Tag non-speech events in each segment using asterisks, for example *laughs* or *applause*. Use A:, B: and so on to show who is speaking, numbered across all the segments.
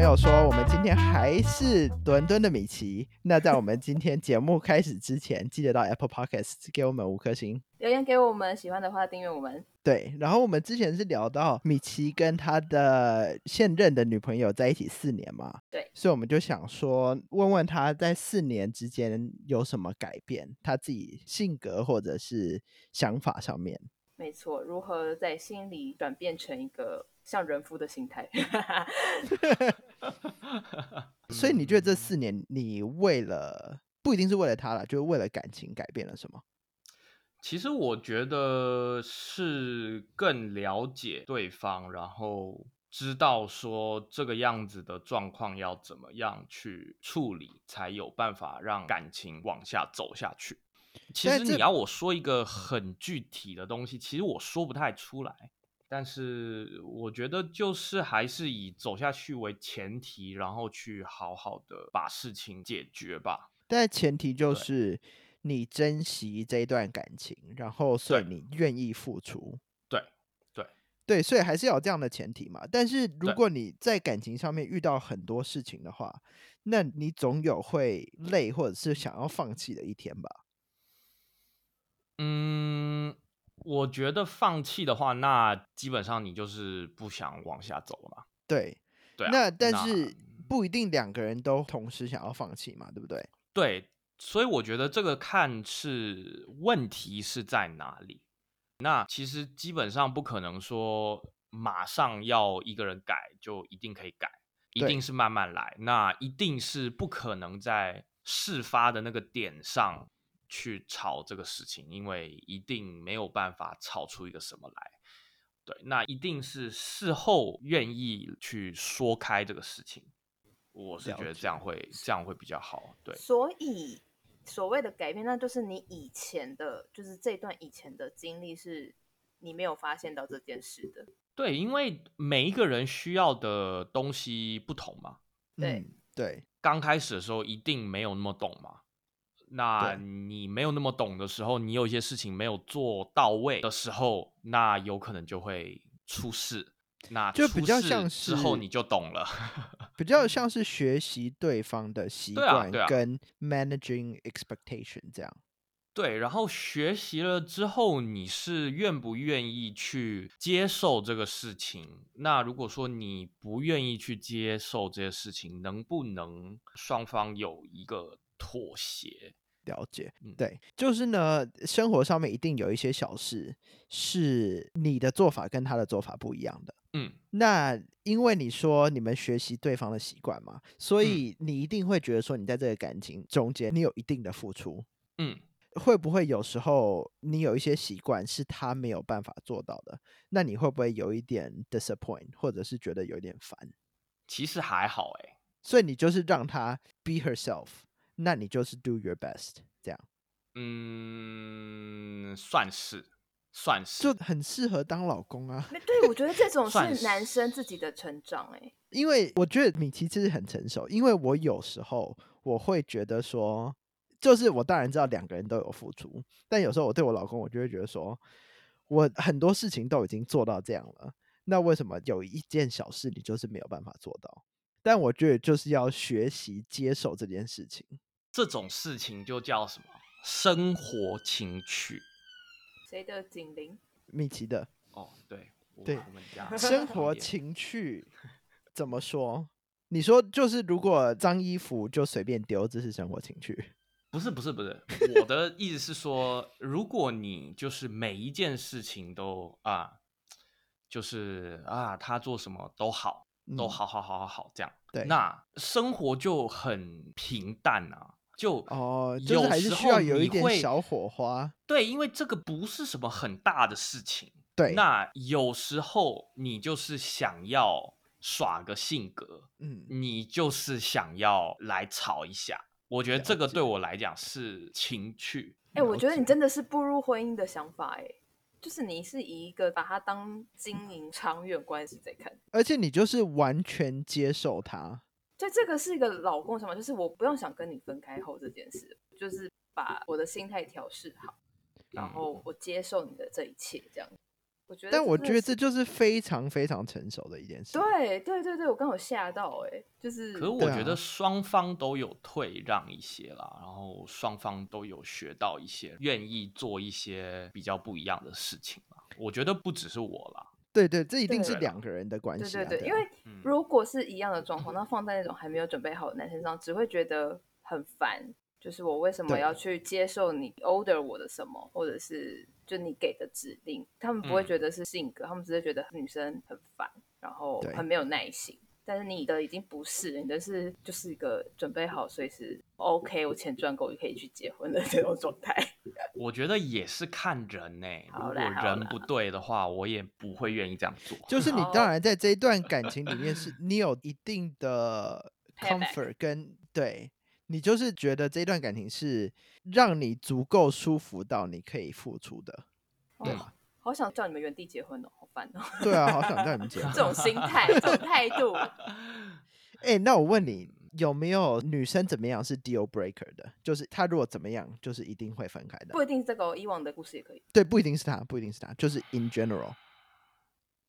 A: 友说，我们今天还是伦敦的米奇。那在我们今天节目开始之前，记得到 Apple Podcast 给我们五颗星。
B: 留言给我们，喜欢的话订阅我们。
A: 对，然后我们之前是聊到米奇跟他的现任的女朋友在一起四年嘛，
B: 对，
A: 所以我们就想说，问问他在四年之间有什么改变，他自己性格或者是想法上面。
B: 没错，如何在心里转变成一个像人夫的心 *laughs* 态？
A: 所以你觉得这四年，你为了不一定是为了他了，就是为了感情改变了什么？
C: 其实我觉得是更了解对方，然后知道说这个样子的状况要怎么样去处理，才有办法让感情往下走下去。其
A: 但
C: 实
A: 这
C: 你要我说一个很具体的东西，其实我说不太出来。但是我觉得就是还是以走下去为前提，然后去好好的把事情解决吧。
A: 但前提就
C: 对
A: 是你珍惜这段感情，然后所以
C: 对
A: 你愿意付出。
C: 对对
A: 对，所以还是要有这样的前提嘛。但是如
C: 对
A: 果你在感情上面遇到很多事情的话，那你总有会累或者是想要放弃的一天吧？
C: 嗯，我觉得放弃的话，那基本上你就是不想往下走了嘛。
A: 对，
C: 对啊，
A: 那但是不一定两个人都同时想要放弃嘛，对不对？
C: 对，所以我觉得这个看是问题是在哪里。那其实基本上不可能说马上要一个人改就一定可以改，一
A: 对
C: 定是慢慢来。那一定是不可能在事发的那个点上去吵这个事情，因为一定没有办法吵出一个什么来。对，那一定是事后愿意去说开这个事情，我是
A: 了
C: 觉得
A: 解
C: 这样会这样会比较好。对，
B: 所以所谓的改变，那就是你以前的，就是这段以前的经历是你没有发现到这件事的。
C: 对，因为每一个人需要的东西不同嘛，
B: 对
A: 嗯、对，
C: 刚开始的时候一定没有那么懂嘛。那
A: 对
C: 你没有那么懂的时候，你有一些事情没有做到位的时候，那有可能就会出事。那
A: 就
C: 出
A: 比较
C: 事
A: 像
C: 之后
A: 是
C: 你就懂了。
A: 比较像是学习对方的习
C: 嗯对啊
A: 惯
C: 对啊
A: 跟 managing expectation 这样。
C: 对，然后学习了之后，你是愿不愿意去接受这个事情？那如果说你不愿意去接受这些事情，能不能双方有一个妥协？
A: 了解
C: 嗯，
A: 对，就是呢，生活上面一定有一些小事是你的做法跟他的做法不一样的。
C: 嗯，
A: 那因为你说你们学习对方的习惯嘛，所以你一定会觉得说你在这个感情中间你有一定的付出，
C: 嗯，
A: 会不会有时候你有一些习惯是他没有办法做到的？那你会不会有一点 disappoint，或者是觉得有点烦？
C: 其实还好哎、
A: 所以你就是让他 be herself，那你就是 do your best，这样
C: 嗯，算是算是，
A: 就很适合当老公啊。
B: 那 *laughs* 对，我觉得这 *laughs* 种
C: 算
B: 是男
C: 是
B: 生自己的成长、欸，
A: 因为我觉得米奇其实很成熟，因为我有时候我会觉得说，就是我当然知道两个人都有付出，但有时候我对我老公，我就会觉得说，我很多事情都已经做到这样了，那为什么有一件小事你就是没有办法做到？但我觉得就是要学习接受这件事情。
C: 这种事情就叫什么生活情趣
B: 谁的警铃？
A: 米奇
C: *laughs*
A: 的
C: 哦？对，我
A: 对
C: 我们家 *laughs*
A: 生活
C: 情。
A: 情趣怎么说？你说就是如果脏衣服就随便丢，这是生活情趣。
C: 不是不是不是，我的意思是说，如果你就是每一件事情都啊，就是啊，他做什么都好，
A: 嗯
C: 都哦好好好好好这样，
A: 对
C: 那生活就很平淡啊。就
A: 哦，就
C: 有
A: 是还是
C: 时
A: 需要
C: 候
A: 有一
C: 你
A: 点
C: 会
A: 小火花。
C: 对，因为这个不是什么很大的事情。
A: 对，
C: 那有时候你就是想要耍个性格，
A: 嗯，
C: 你就是想要来吵一下。我觉得
A: 了
C: 这个
A: 解
C: 对我来讲是情趣。
B: 哎、我
A: 了
B: 觉得你
A: 解
B: 真的是步入婚姻的想法、欸，就是你是以一个把它当经营长远关系在看。
A: 而且你就是完全接受他，
B: 就这个是一个老公的想法，就是我不用想跟你分开后这件事，就是把我的心态调试好，然
C: 嗯
B: 后我接受你的这一切，这样。我觉得，
A: 但我觉得这就是非常非常成熟的一件事。
B: 对对对对，我刚有吓到哎、就是
C: 可是我
A: 对
C: 觉
A: 啊
C: 得双方都有退让一些啦，然后双方都有学到一些，愿意做一些比较不一样的事情啦。我觉得不只是我啦，
A: 对对，这一定是
C: 对
A: 两个人的关
B: 对
A: 系啊。
B: 对
A: 啊
B: 对，因为
C: 嗯，
B: 如果是一样的状
A: 嗯
B: 况，那放在那种还没有准备好的男生上，只会觉得很烦。就是我为什么
A: 对
B: 要去接受你 order 我的什么，或者是就你给的指令？他们不会
C: 嗯
B: 觉得是性格，他们只是觉得女生很烦，然后
A: 对
B: 很没有耐心。但是你的已经不是，你的是就是一个准备好随时 OK，我钱赚够就可以去结婚的 *laughs* 这种状态。
C: 我觉得也是看人呢、如
B: 好
C: 果
B: 啦好
C: 人
B: 啦
C: 不对的话，我也不会愿意这样做。
A: 就是你
B: 好
A: 当然在这一段感情里面是你有一定的
B: *laughs* Payback
A: comfort 跟对你就是觉得这段感情是让你足够舒服到你可以付出的，对
B: 哦
A: 吧？
B: 好想叫你们原地结婚哦，好烦哦！ *laughs*
A: 对啊，好想叫你们结婚
B: 这。种心态，这种态度，
A: 哎、那我问你，有没有女生怎么样是 deal breaker 的？就是她如果怎么样，就是一定会分开的
B: 不。一定是这个、哦，以往的故事也可以。
A: 对，不一定是她，不一定是她，就是 in general。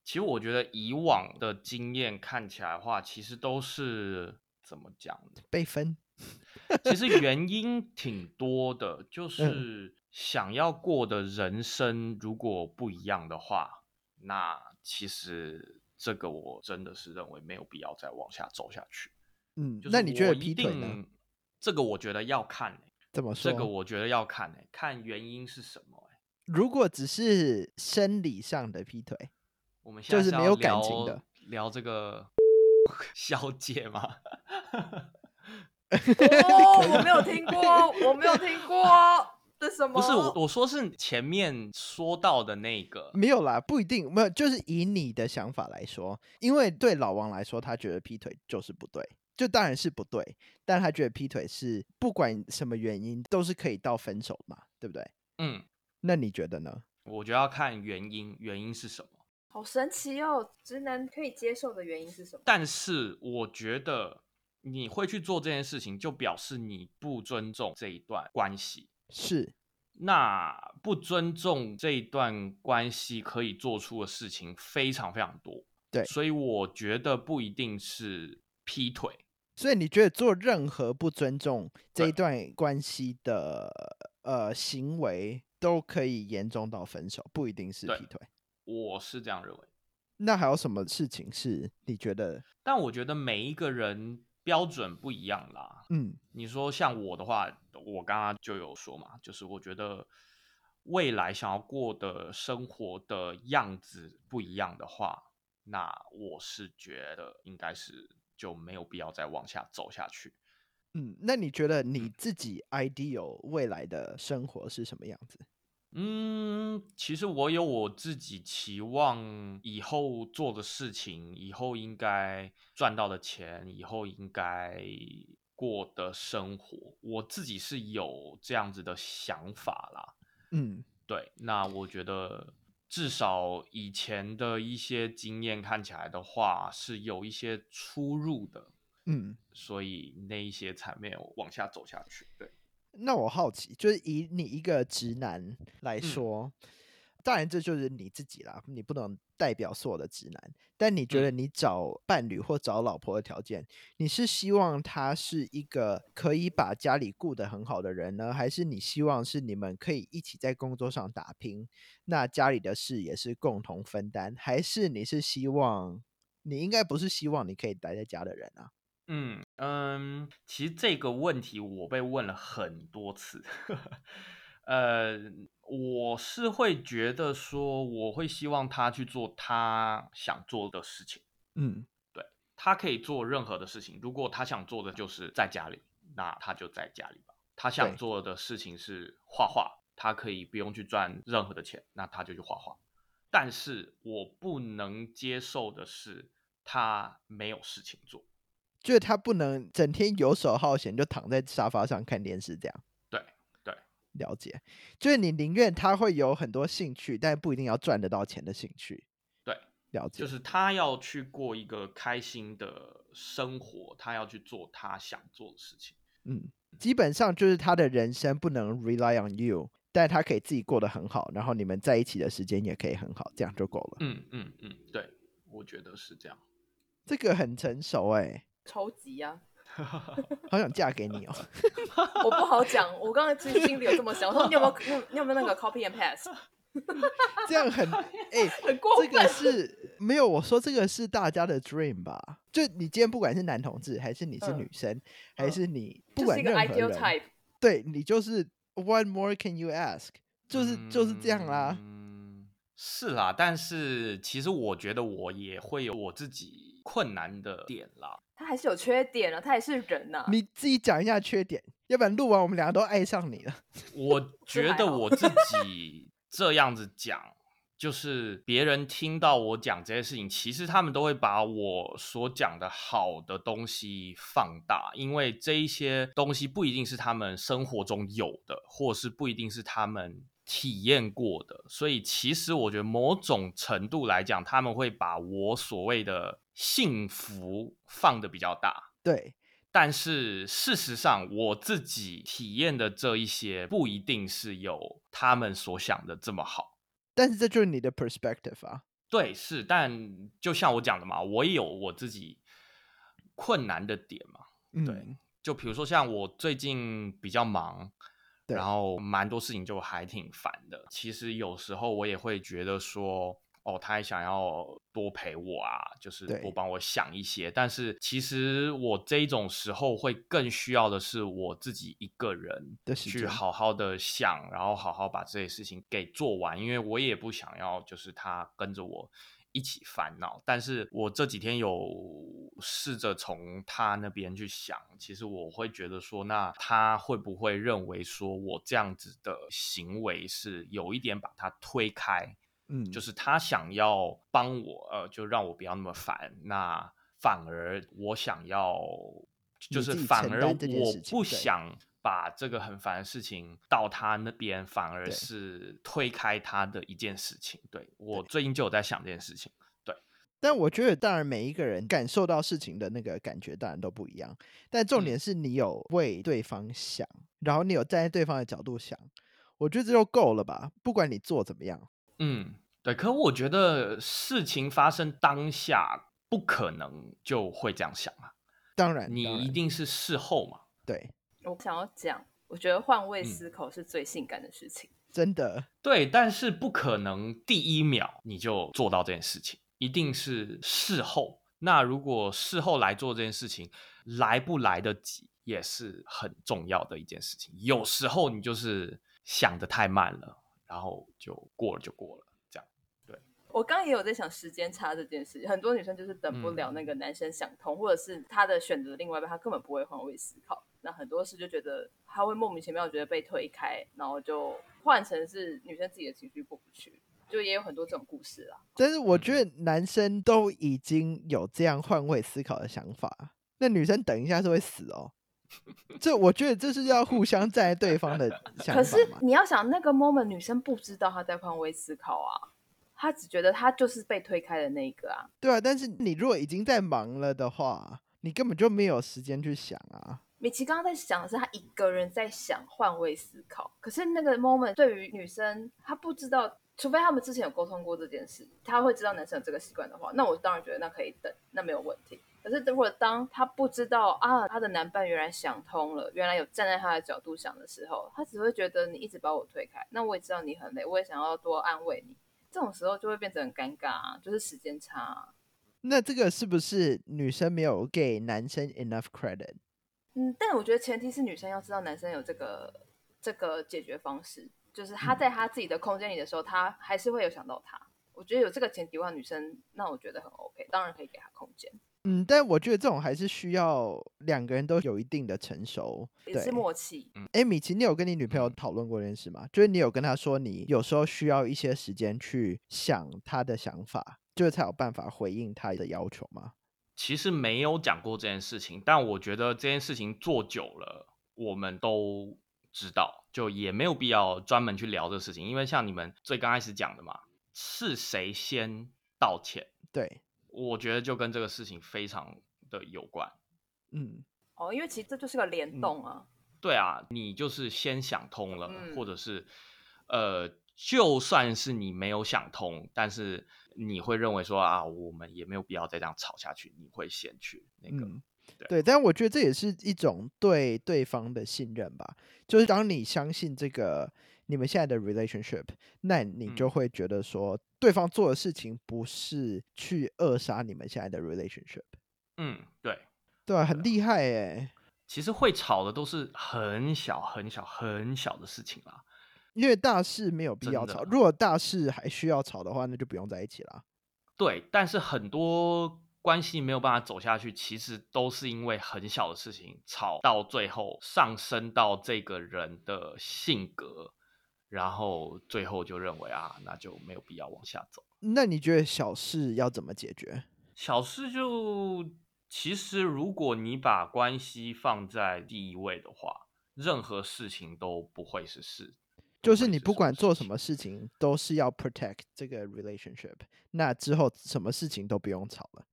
C: 其实我觉得以往的经验看起来的话，其实都是怎么讲呢？
A: 被分，
C: 其实原因挺多的，
A: *laughs* 嗯
C: 就是想要过的人生如果不一样的话，那其实这个我真的是认为没有必要再往下走下去。
A: 嗯，
C: 就是
A: 那你觉
C: 我
A: 得劈
C: 一
A: 腿呢？
C: 定？这个我觉得要看、欸，
A: 怎么说？
C: 这个我觉得要看、欸，看原因是什么、欸。
A: 如果只是生理上的劈腿，
C: 我们现在
A: 就是
C: 要
A: 没有感情的
C: 聊聊这个 *laughs* 小姐吗？
B: 哦，我没有听
A: *laughs*
B: 过，我没有听过，这什么？
C: 不是我，我说是前面说到的那个，
A: 没有啦，不一定，没有，就是以你的想法来说，因为对老王来说，他觉得劈腿就是不对，就当然是不对，但他觉得劈腿是不管什么原因都是可以到分手嘛，对不对？
C: 嗯，
A: 那你觉得呢？
C: 我觉得要看原因，原因是什么。
B: 好神奇哦！直男可以接受的原因是什么？
C: 但是我觉得你会去做这件事情，就表示你不尊重这一段关系。
A: 是
C: 那不尊重这一段关系可以做出的事情非常非常多，
A: 对
C: 所以我觉得不一定是劈腿，
A: 所以你觉得做任何不尊重这
C: 对
A: 一段关系的呃行为，都可以严重到分手，不一定是
C: 对
A: 劈腿。
C: 我是这样认为。
A: 那还有什么事情是你觉得
C: 但我觉得每一个人标准不一样啦，
A: 嗯
C: 你说像我的话，我刚刚就有说嘛，就是我觉得未来想要过的生活的样子不一样的话，那我是觉得应该是就没有必要再往下走下去。
A: 嗯，那你觉得你自己 ideal 未来的生活是什么样子？
C: 嗯，其实我有我自己期望以后做的事情，以后应该赚到的钱，以后应该过的生活，我自己是有这样子的想法啦。
A: 嗯，
C: 对，那我觉得至少以前的一些经验看起来的话，是有一些出入的，
A: 嗯，
C: 所以那一些才没有往下走下去。对，
A: 那我好奇，就是以你一个直男来
C: 嗯
A: 说，当然这就是你自己啦，你不能代表所有的直男。但你觉
C: 嗯
A: 得你找伴侣或找老婆的条件，你是希望他是一个可以把家里顾得很好的人呢，还是你希望是你们可以一起在工作上打拼，那家里的事也是共同分担，还是你是希望？你应该不是希望你可以待在家的人啊，
C: 嗯嗯，其实这个问题我被问了很多次， *laughs* 呃，我是会觉得说，我会希望他去做他想做的事情。
A: 嗯，
C: 他可以做任何的事情。如果他想做的就是在家里，那他就在家里吧。他想
A: 对
C: 做的事情是画画，他可以不用去赚任何的钱，那他就去画画。但是我不能接受的是，他没有事情做。
A: 就是他不能整天游手好闲，就躺在沙发上看电视这样。
C: 对对，
A: 了解。就是你宁愿他会有很多兴趣，但不一定要赚得到钱的兴趣。
C: 对，
A: 了解。
C: 就是他要去过一个开心的生活，他要去做他想做的事情。
A: 嗯，基本上就是他的人生不能 rely on you，但他可以自己过得很好，然后你们在一起的时间也可以很好，这样就够了。
C: 嗯嗯嗯，对，我觉得是这样。
A: 这个很成熟哎、
B: 超级啊！
A: 好想嫁给你哦。 *laughs*
B: 我不好 *laughs* 讲，我刚才其实心里有这么 *laughs* 想，我说你有没有你有你有没有那个 copy and pass，
A: 这样很哎、
B: *laughs* 很过
A: 这
B: 分。
A: 个是没有我说这个是大家的 dream 吧？就你今天不管是男同志，还是你是
B: 嗯
A: 女生，还
B: 嗯
A: 是你不
B: 就是
A: 管
B: 一个
A: 任何
B: ideal
A: 人，
B: type，
A: 对你就是 what more can you ask，就是、就是这样啦。
C: 嗯，是啦，但是其实我觉得我也会有我自己困难的点啦。
B: 他还是有缺点啊，他也是人呐、
A: 你自己讲一下缺点，要不然录完我们两个都爱上你了。
C: 我觉
B: 还
C: 得
B: 好
C: 我自己这样子讲，就是别人听到我讲这些事情，其实他们都会把我所讲的好的东西放大，因为这一些东西不一定是他们生活中有的，或是不一定是他们体验过的，所以其实我觉得某种程度来讲，他们会把我所谓的幸福放的比较大。
A: 对，
C: 但是事实上，我自己体验的这一些不一定是有他们所想的这么好。
A: 但是这就是你的 perspective 啊。
C: 对，是，但就像我讲的嘛，我也有我自己困难的点嘛。
A: 嗯、
C: 对就比如说像我最近比较忙，
A: 对
C: 然后蛮多事情就还挺烦的。其实有时候我也会觉得说，哦，他也想要多陪我啊，就是
A: 对
C: 多帮我想一些。但是其实我这一种时候会更需要的是我自己一个人
A: 的时
C: 去
A: 间
C: 好好的想，然后好好把这些事情给做完，因为我也不想要就是他跟着我一起烦恼。但是我这几天有试着从他那边去想，其实我会觉得说，那他会不会认为说我这样子的行为是有一点把他推开？
A: 嗯，
C: 就是他想要帮我，呃，就让我不要那么烦，那反而我想要，
A: 你
C: 就是
A: 自己
C: 反
A: 承
C: 而
A: 担这件
C: 我
A: 事情
C: 不
A: 对
C: 想把这个很烦的事情到他那边，反而
A: 对
C: 是推开他的一件事情。对我最近就有在想这件事情，
A: 但我觉得，当然每一个人感受到事情的那个感觉当然都不一样，但重
C: 嗯
A: 点是你有为对方想，然后你有站在对方的角度想，我觉得这就够了吧？不管你做怎么样，
C: 嗯，对。可我觉得事情发生当下不可能就会这样想啊，
A: 嗯当然
C: 你
A: 当
C: 一
A: 然
C: 定是事后嘛。
A: 对，
B: 我想要讲，我觉得换位
C: 嗯
B: 思考是最性感的事情。
A: 真的
C: 对，但是不可能第一秒你就做到这件事情，一定是事后。那如果事后来做这件事情，来不来得及也是很重要的一件事情。有时候你就是想的太慢了，然后就过了就过了，这样。
B: 我刚刚也有在想时间差这件事，很多女生就是等不了那个男生想通，或者是她的选择另外一半，她根本不会换位思考。那很多事就觉得她会莫名其妙觉得被推开，然后就换成是女生自己的情绪过不去，就也有很多这种故事啦。
A: 但是我
C: 嗯
A: 觉得男生都已经有这样换位思考的想法，那女生等一下是会死
C: *laughs*
A: 哦。这我觉得这是要互相站在对方
C: *laughs*
A: 的想法
B: 可是
A: 嘛？
B: 你要想，那个 moment 女生不知道她在换位思考啊，她只觉得她就是被推开的那一个啊。
A: 对啊，但是你如果已经在忙了的话，你根本就没有时间去想啊。
B: 米奇刚刚在想的是她一个人在想换位思考，可是那个 moment 对于女生，她不知道，除非他们之前有沟通过这件事，她会知道男生有这个习惯的话，那我当然觉得那可以等，那没有问题。可是如果当她不知道啊，她的男伴原来想通了，原来有站在她的角度想的时候，她只会觉得你一直把我推开，那我也知道你很累，我也想要多安慰你。这种时候就会变成很尴尬、啊，就是时间差啊、
A: 那这个是不是女生没有给男生 enough credit？
B: 嗯，但我觉得前提是女生要知道男生有这个这个解决方式，就是他
C: 嗯
B: 在他自己的空间里的时候，他还是会有想到他。我觉得有这个前提的话，女生那我觉得很 OK，当然可以给他空间，
A: 嗯，但我觉得这种还是需要两个人都有一定的成熟。
B: 也
A: 对
B: 是，默契。
A: 哎，米奇，你有跟你女朋友
C: 嗯
A: 讨论过这件事吗？就是你有跟她说，你有时候需要一些时间去想她的想法，就是才有办法回应她的要求吗？
C: 其实没有讲过这件事情，但我觉得这件事情做久了，我们都知道，就也没有必要专门去聊这个事情，因为像你们最刚开始讲的嘛，是谁先道歉，
A: 对，
C: 我觉得就跟这个事情非常的有关。
A: 嗯，
B: 哦，
C: 嗯
B: 因为其实这就是个联动啊，
C: 对啊，你就是先想通了，
B: 嗯
C: 或者是呃，就算是你没有想通，但是你会认为说啊，我们也没有必要再这样吵下去，你会先去那个。
A: 嗯
C: 对
A: 对，但我觉得这也是一种对对方的信任吧。就是当你相信这个你们现在的 relationship，那你就
C: 嗯
A: 会觉得说，对方做的事情不是去扼杀你们现在的 relationship，
C: 嗯，对。
A: 对啊，很厉害哎、
C: 其实会吵的都是很小很小很小的事情啦。
A: 因为大事没有必
C: 真
A: 要
C: 的啊
A: 吵，如果大事还需要吵的话，那就不用在一起啦。
C: 对，但是很多关系没有办法走下去，其实都是因为很小的事情吵到最后上升到这个人的性格，然后最后就认为啊，那就没有必要往下走。
A: 那你觉得小事要怎么解决？
C: 小事就其实，如果你把关系放在第一位的话，任何事情都不会是事。
A: 就是
C: 会
A: 你
C: 是
A: 不
C: 什么
A: 管
C: 事
A: 做什
C: 情
A: 么事情，都是要 protect 这个 relationship。那之后什么事情都不用吵了，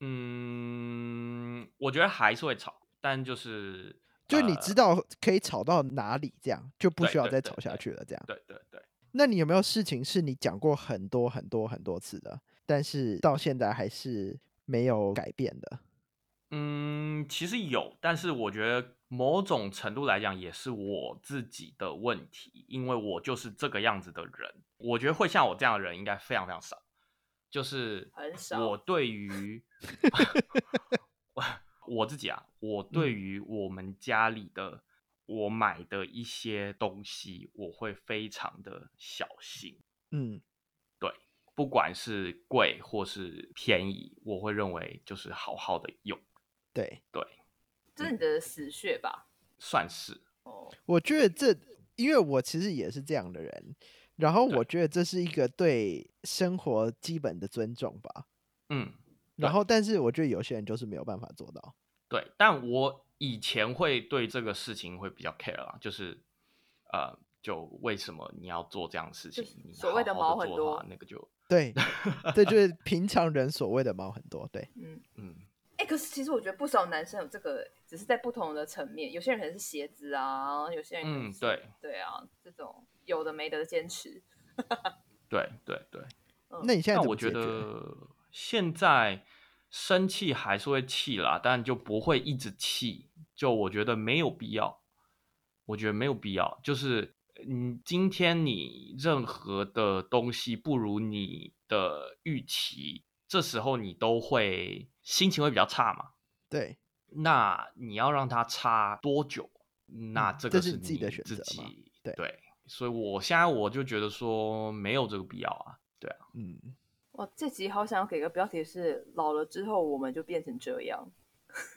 C: 嗯，我觉得还是会吵，但就是
A: 就你知、道可以吵到哪里，这样就不
C: 呃对
A: 需要
C: 对
A: 再
C: 对
A: 吵下
C: 对
A: 去了。这样，
C: 呃对对对，
A: 那你有没有事情是你讲过很多很多很多次的，但是到现在还是没有改变的？
C: 嗯，其实有，但是我觉得某种程度来讲也是我自己的问题，因为我就是这个样子的人。我觉得会像我这样的人应该非常非常少，就是
B: 很少
C: 我
B: *laughs*
C: 对于我我自己啊，
B: 嗯
C: 我对于我们家里的我买的一些东西，我会非常的小心。
A: 嗯，
C: 不管是贵或是便宜，我会认为就是好好的用，
A: 对，
C: 对，
B: 这
C: 嗯
B: 是你的死穴吧？
C: 算是
B: 哦，
A: 我觉得这，因为我其实也是这样的人，然后
C: 对
A: 我觉得这是一个对生活基本的尊重吧。
C: 嗯，
A: 然
C: 对
A: 后，但是我觉得有些人就是没有办法做到。
C: 对。但我以前会对这个事情会比较 care 啦，就是呃，就为什么你要做这样的事
B: 就
C: 情
B: 是？
C: 你
B: 所谓的
C: 好好
B: 毛
C: 地
B: 很
C: 做
B: 多
C: 话那个就 *laughs*
A: 对，这就是平常人所谓的毛很多。对，
B: 嗯，
C: 嗯，
B: 哎、可是其实我觉得不少男生有这个，只是在不同的层面，有些人可能是鞋子啊，有些人可能
C: 嗯
B: 是
C: 对
B: 对啊，这种有的没的的坚持，
C: 对对对。
B: 嗯
A: 那你现在
C: 那
A: 怎
C: 我
A: 么
C: 觉
A: 解决？
C: 得现在生气还是会气啦，但就不会一直气。就我觉得没有必要，我觉得没有必要。就是嗯，今天你任何的东西不如你的预期，这时候你都会心情会比较差嘛。
A: 对，
C: 那你要让它差多久？那
A: 嗯
C: 这
A: 这
C: 个
A: 是
C: 是
A: 你自己的选
C: 自
A: 择嘛
C: 己
A: 对
C: 所以我现在我就觉得说没有这个必要啊。对啊，
A: 嗯，
B: 哇，这集好想要给个标题是“老了之后我们就变成这样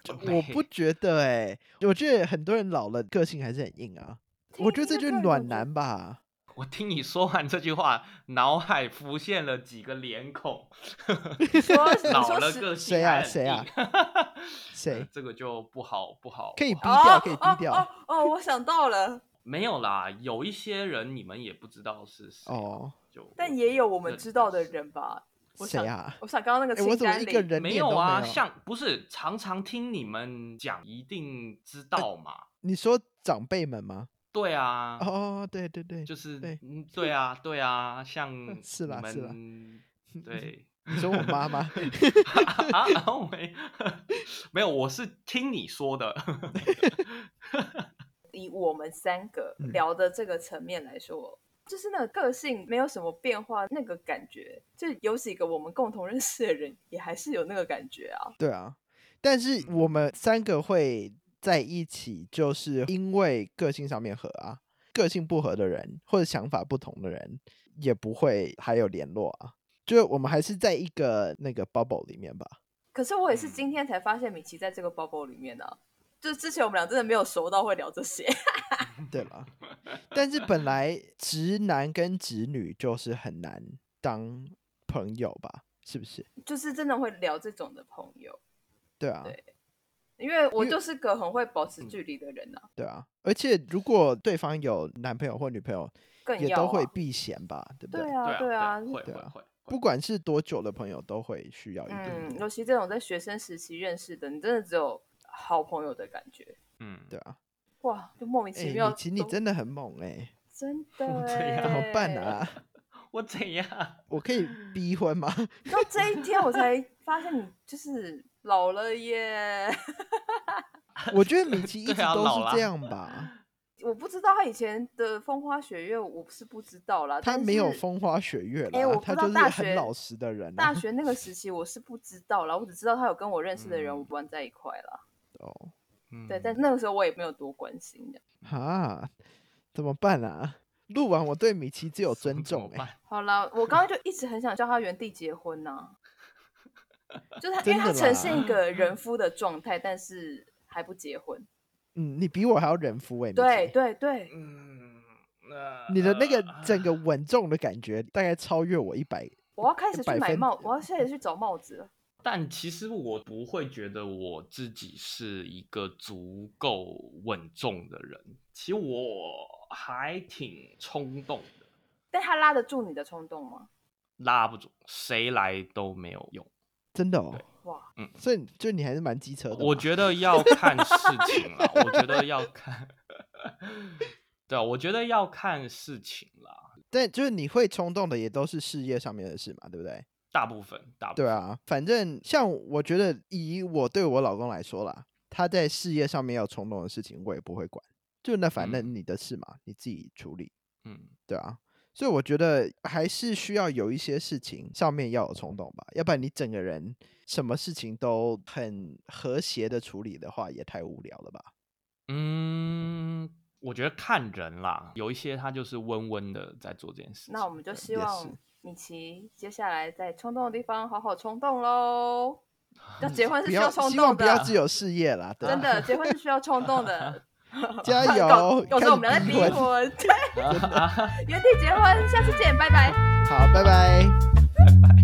C: 就
A: 我不觉得哎、我觉得很多人老了个性还是很硬啊。”。我觉得这就是暖男吧。
C: 我听你说完这句话，脑海浮现了几个
A: *laughs*
C: 脸孔，
B: *laughs* 你
C: *laughs*
B: 说
C: 老了
B: 你说是
C: 个性
A: 谁啊
C: 还很
A: 谁啊
C: 硬呃
B: *laughs*
A: 谁
C: *laughs* 这个就不好不好，
A: 可以
C: 不
A: 逼掉？
C: 好
A: 可以
B: 哦
A: 逼掉
B: 哦哦，我想到了，
C: 没有啦，有一些人你们也不知道是谁啊，
A: 哦。
C: 就
B: *laughs* 但也有我们知道的人吧？我
A: 谁
B: 想，
A: 啊？
B: 我想刚刚那个
A: 哎、我
B: 清
A: 怎么
B: 单
A: 一
B: 里
A: 个人
C: 没
A: 脸都
C: 有
A: 没
C: 啊，
A: 有
C: 像不是常常听你们讲，一定知
A: 呃
C: 道嘛？
A: 你说长辈们吗？
B: 嗯
C: 对啊，
A: 哦，对对对， *laughs*
C: 就是
A: 对嗯
C: 嗯，对啊，对啊，像
A: 是啦
C: 你
A: 是啦 *laughs*
C: 们对。 *laughs*
A: 你说我妈
B: *laughs*
A: 妈，
C: 啊，然后没没有，我是听你说的。 *laughs*
B: 啊以我们三个
A: 嗯
B: 聊的这个层面来说，就是那个个性没有什么变化，那个感觉，就有几个我们共同认识的人也还是有那个感觉啊。
A: 对啊，但是我们三个会在一起，就是因为个性上面合啊，个性不合的人或者想法不同的人也不会还有联络啊，就是我们还是在一个那个 bubble 里面吧。
B: 可是我也是
C: 嗯
B: 今天才发现米奇在这个包包里面呢、啊，就之前我们俩真的没有熟到会聊这些。
A: 对 *laughs* 吧？但是本来直男跟直女就是很难当朋友吧？是不是？
B: 就是真的会聊这种的朋友，
A: 对啊，
B: 对因为我
A: 因为嗯
B: 就是个很会保持距离的人啊，
A: 对啊。而且如果对方有男朋友或女朋友，
B: 更
A: 也
B: 要、啊、
A: 都会避嫌吧？对不
B: 对
A: 对？
B: 啊，
C: 对
B: 啊，
C: 会
A: 对
C: 会
A: 啊
C: 会。
A: 不管是多久的朋友，都会需要一定
B: 嗯，
A: 的，
B: 尤其这种在学生时期认识的，你真的只有好朋友的感觉，
C: 嗯，
A: 对啊。
B: 哇，就莫名
A: 哎、
B: 其
A: 米
B: 妙都。
A: 奇，你真的很猛哎、
B: 真的
C: 我这
B: 欸
C: 样
A: 怎 *laughs* 么办？啊？
C: 我怎样？
A: 我可
B: *laughs*
A: 以逼婚吗？ *laughs*
B: 到这一天我才发现你就是老了耶！
A: 我觉得米奇一直
C: 对啊
A: 都
C: 老啦
A: 是这样吧，
B: 我不知道他以前的风花雪月，我是不知道啦。
A: 他
B: 但
A: 没有
B: 是
A: 风花雪月
B: 哎我
A: 啦，
B: 不
A: 他
B: 知道
A: 就是
B: 大
A: 很
B: 学
A: 老实的人啊
B: 大
A: 啦。
B: 学那个时期我是不知道啦，我只知道他有跟我认识的人
C: 嗯
B: 我玩在一块啦。
A: 哦，
C: 嗯
B: 对，但那个时候我也没有多关心的。
A: 哈，怎么办啊？录完我对米奇只有尊
C: 怎么
A: 重哎、
C: 办？
B: 好啦，我刚刚就一直很想叫他原地结
A: *laughs*
B: 婚呐、就是他，因
A: 真
B: 为
A: 的
B: 他呈现
A: 啦 *laughs*
B: 一个人夫的状态，但是还不结婚。
A: 嗯，你比我还要人夫哎、米
B: 对
A: 奇
B: 对对，
C: 嗯，
A: *laughs*
C: 那
A: 你的那个
C: 呃
A: 整个稳重的感觉，大概超越我一百。
B: 我要开始
A: 百
B: 去买
A: 分
B: 帽，我要开始去找帽子了。
C: 但其实我不会觉得我自己是一个足够稳重的人，其实我还挺冲动的，
B: 但他拉得住你的冲动吗？
C: 拉不住，谁来都没有用。
A: 真的哦，
B: 哇，
A: 所以就你还是蛮机车的嘛。
C: 我觉得要看事情啦，我觉得要看， *laughs* 对啊，我觉得要看事情啦，
A: 但就是你会冲动的也都是事业上面的事嘛，对不对？
C: 大部分，大部分
A: 对，啊，反正像我觉得以我对我老公来说啦，他在事业上面要冲动的事情，我也不会管，就那反正
C: 嗯
A: 你的事嘛，你自己处理，
C: 嗯，
A: 对啊。所以我觉得还是需要有一些事情上面要有冲动吧，要不然你整个人什么事情都很和谐的处理的话，也太无聊了吧。
C: 嗯，我觉得看人啦，有一些他就是温温的在做这件事情。
B: 那我们就
C: 对
B: 希
A: 也
B: 望
A: 是
B: 米奇接下来在冲动的地方好好冲动喽。要结婚是
A: 不
B: 需
A: 要，
B: 冲
A: 希望
B: 动
A: 不要
B: 的，
A: 只有事业啦，对
B: 真
A: 啊，
B: 的结婚是需要冲动的。
A: *laughs* 加
B: 搞
A: 油！
B: *laughs* 搞
A: 看
B: 得我
A: 你
B: 们俩在
A: 逼
B: 逼
A: 婚
B: 婚， *laughs* 对，原地结婚，下次见，拜拜。
A: 好，拜拜。
C: 拜拜。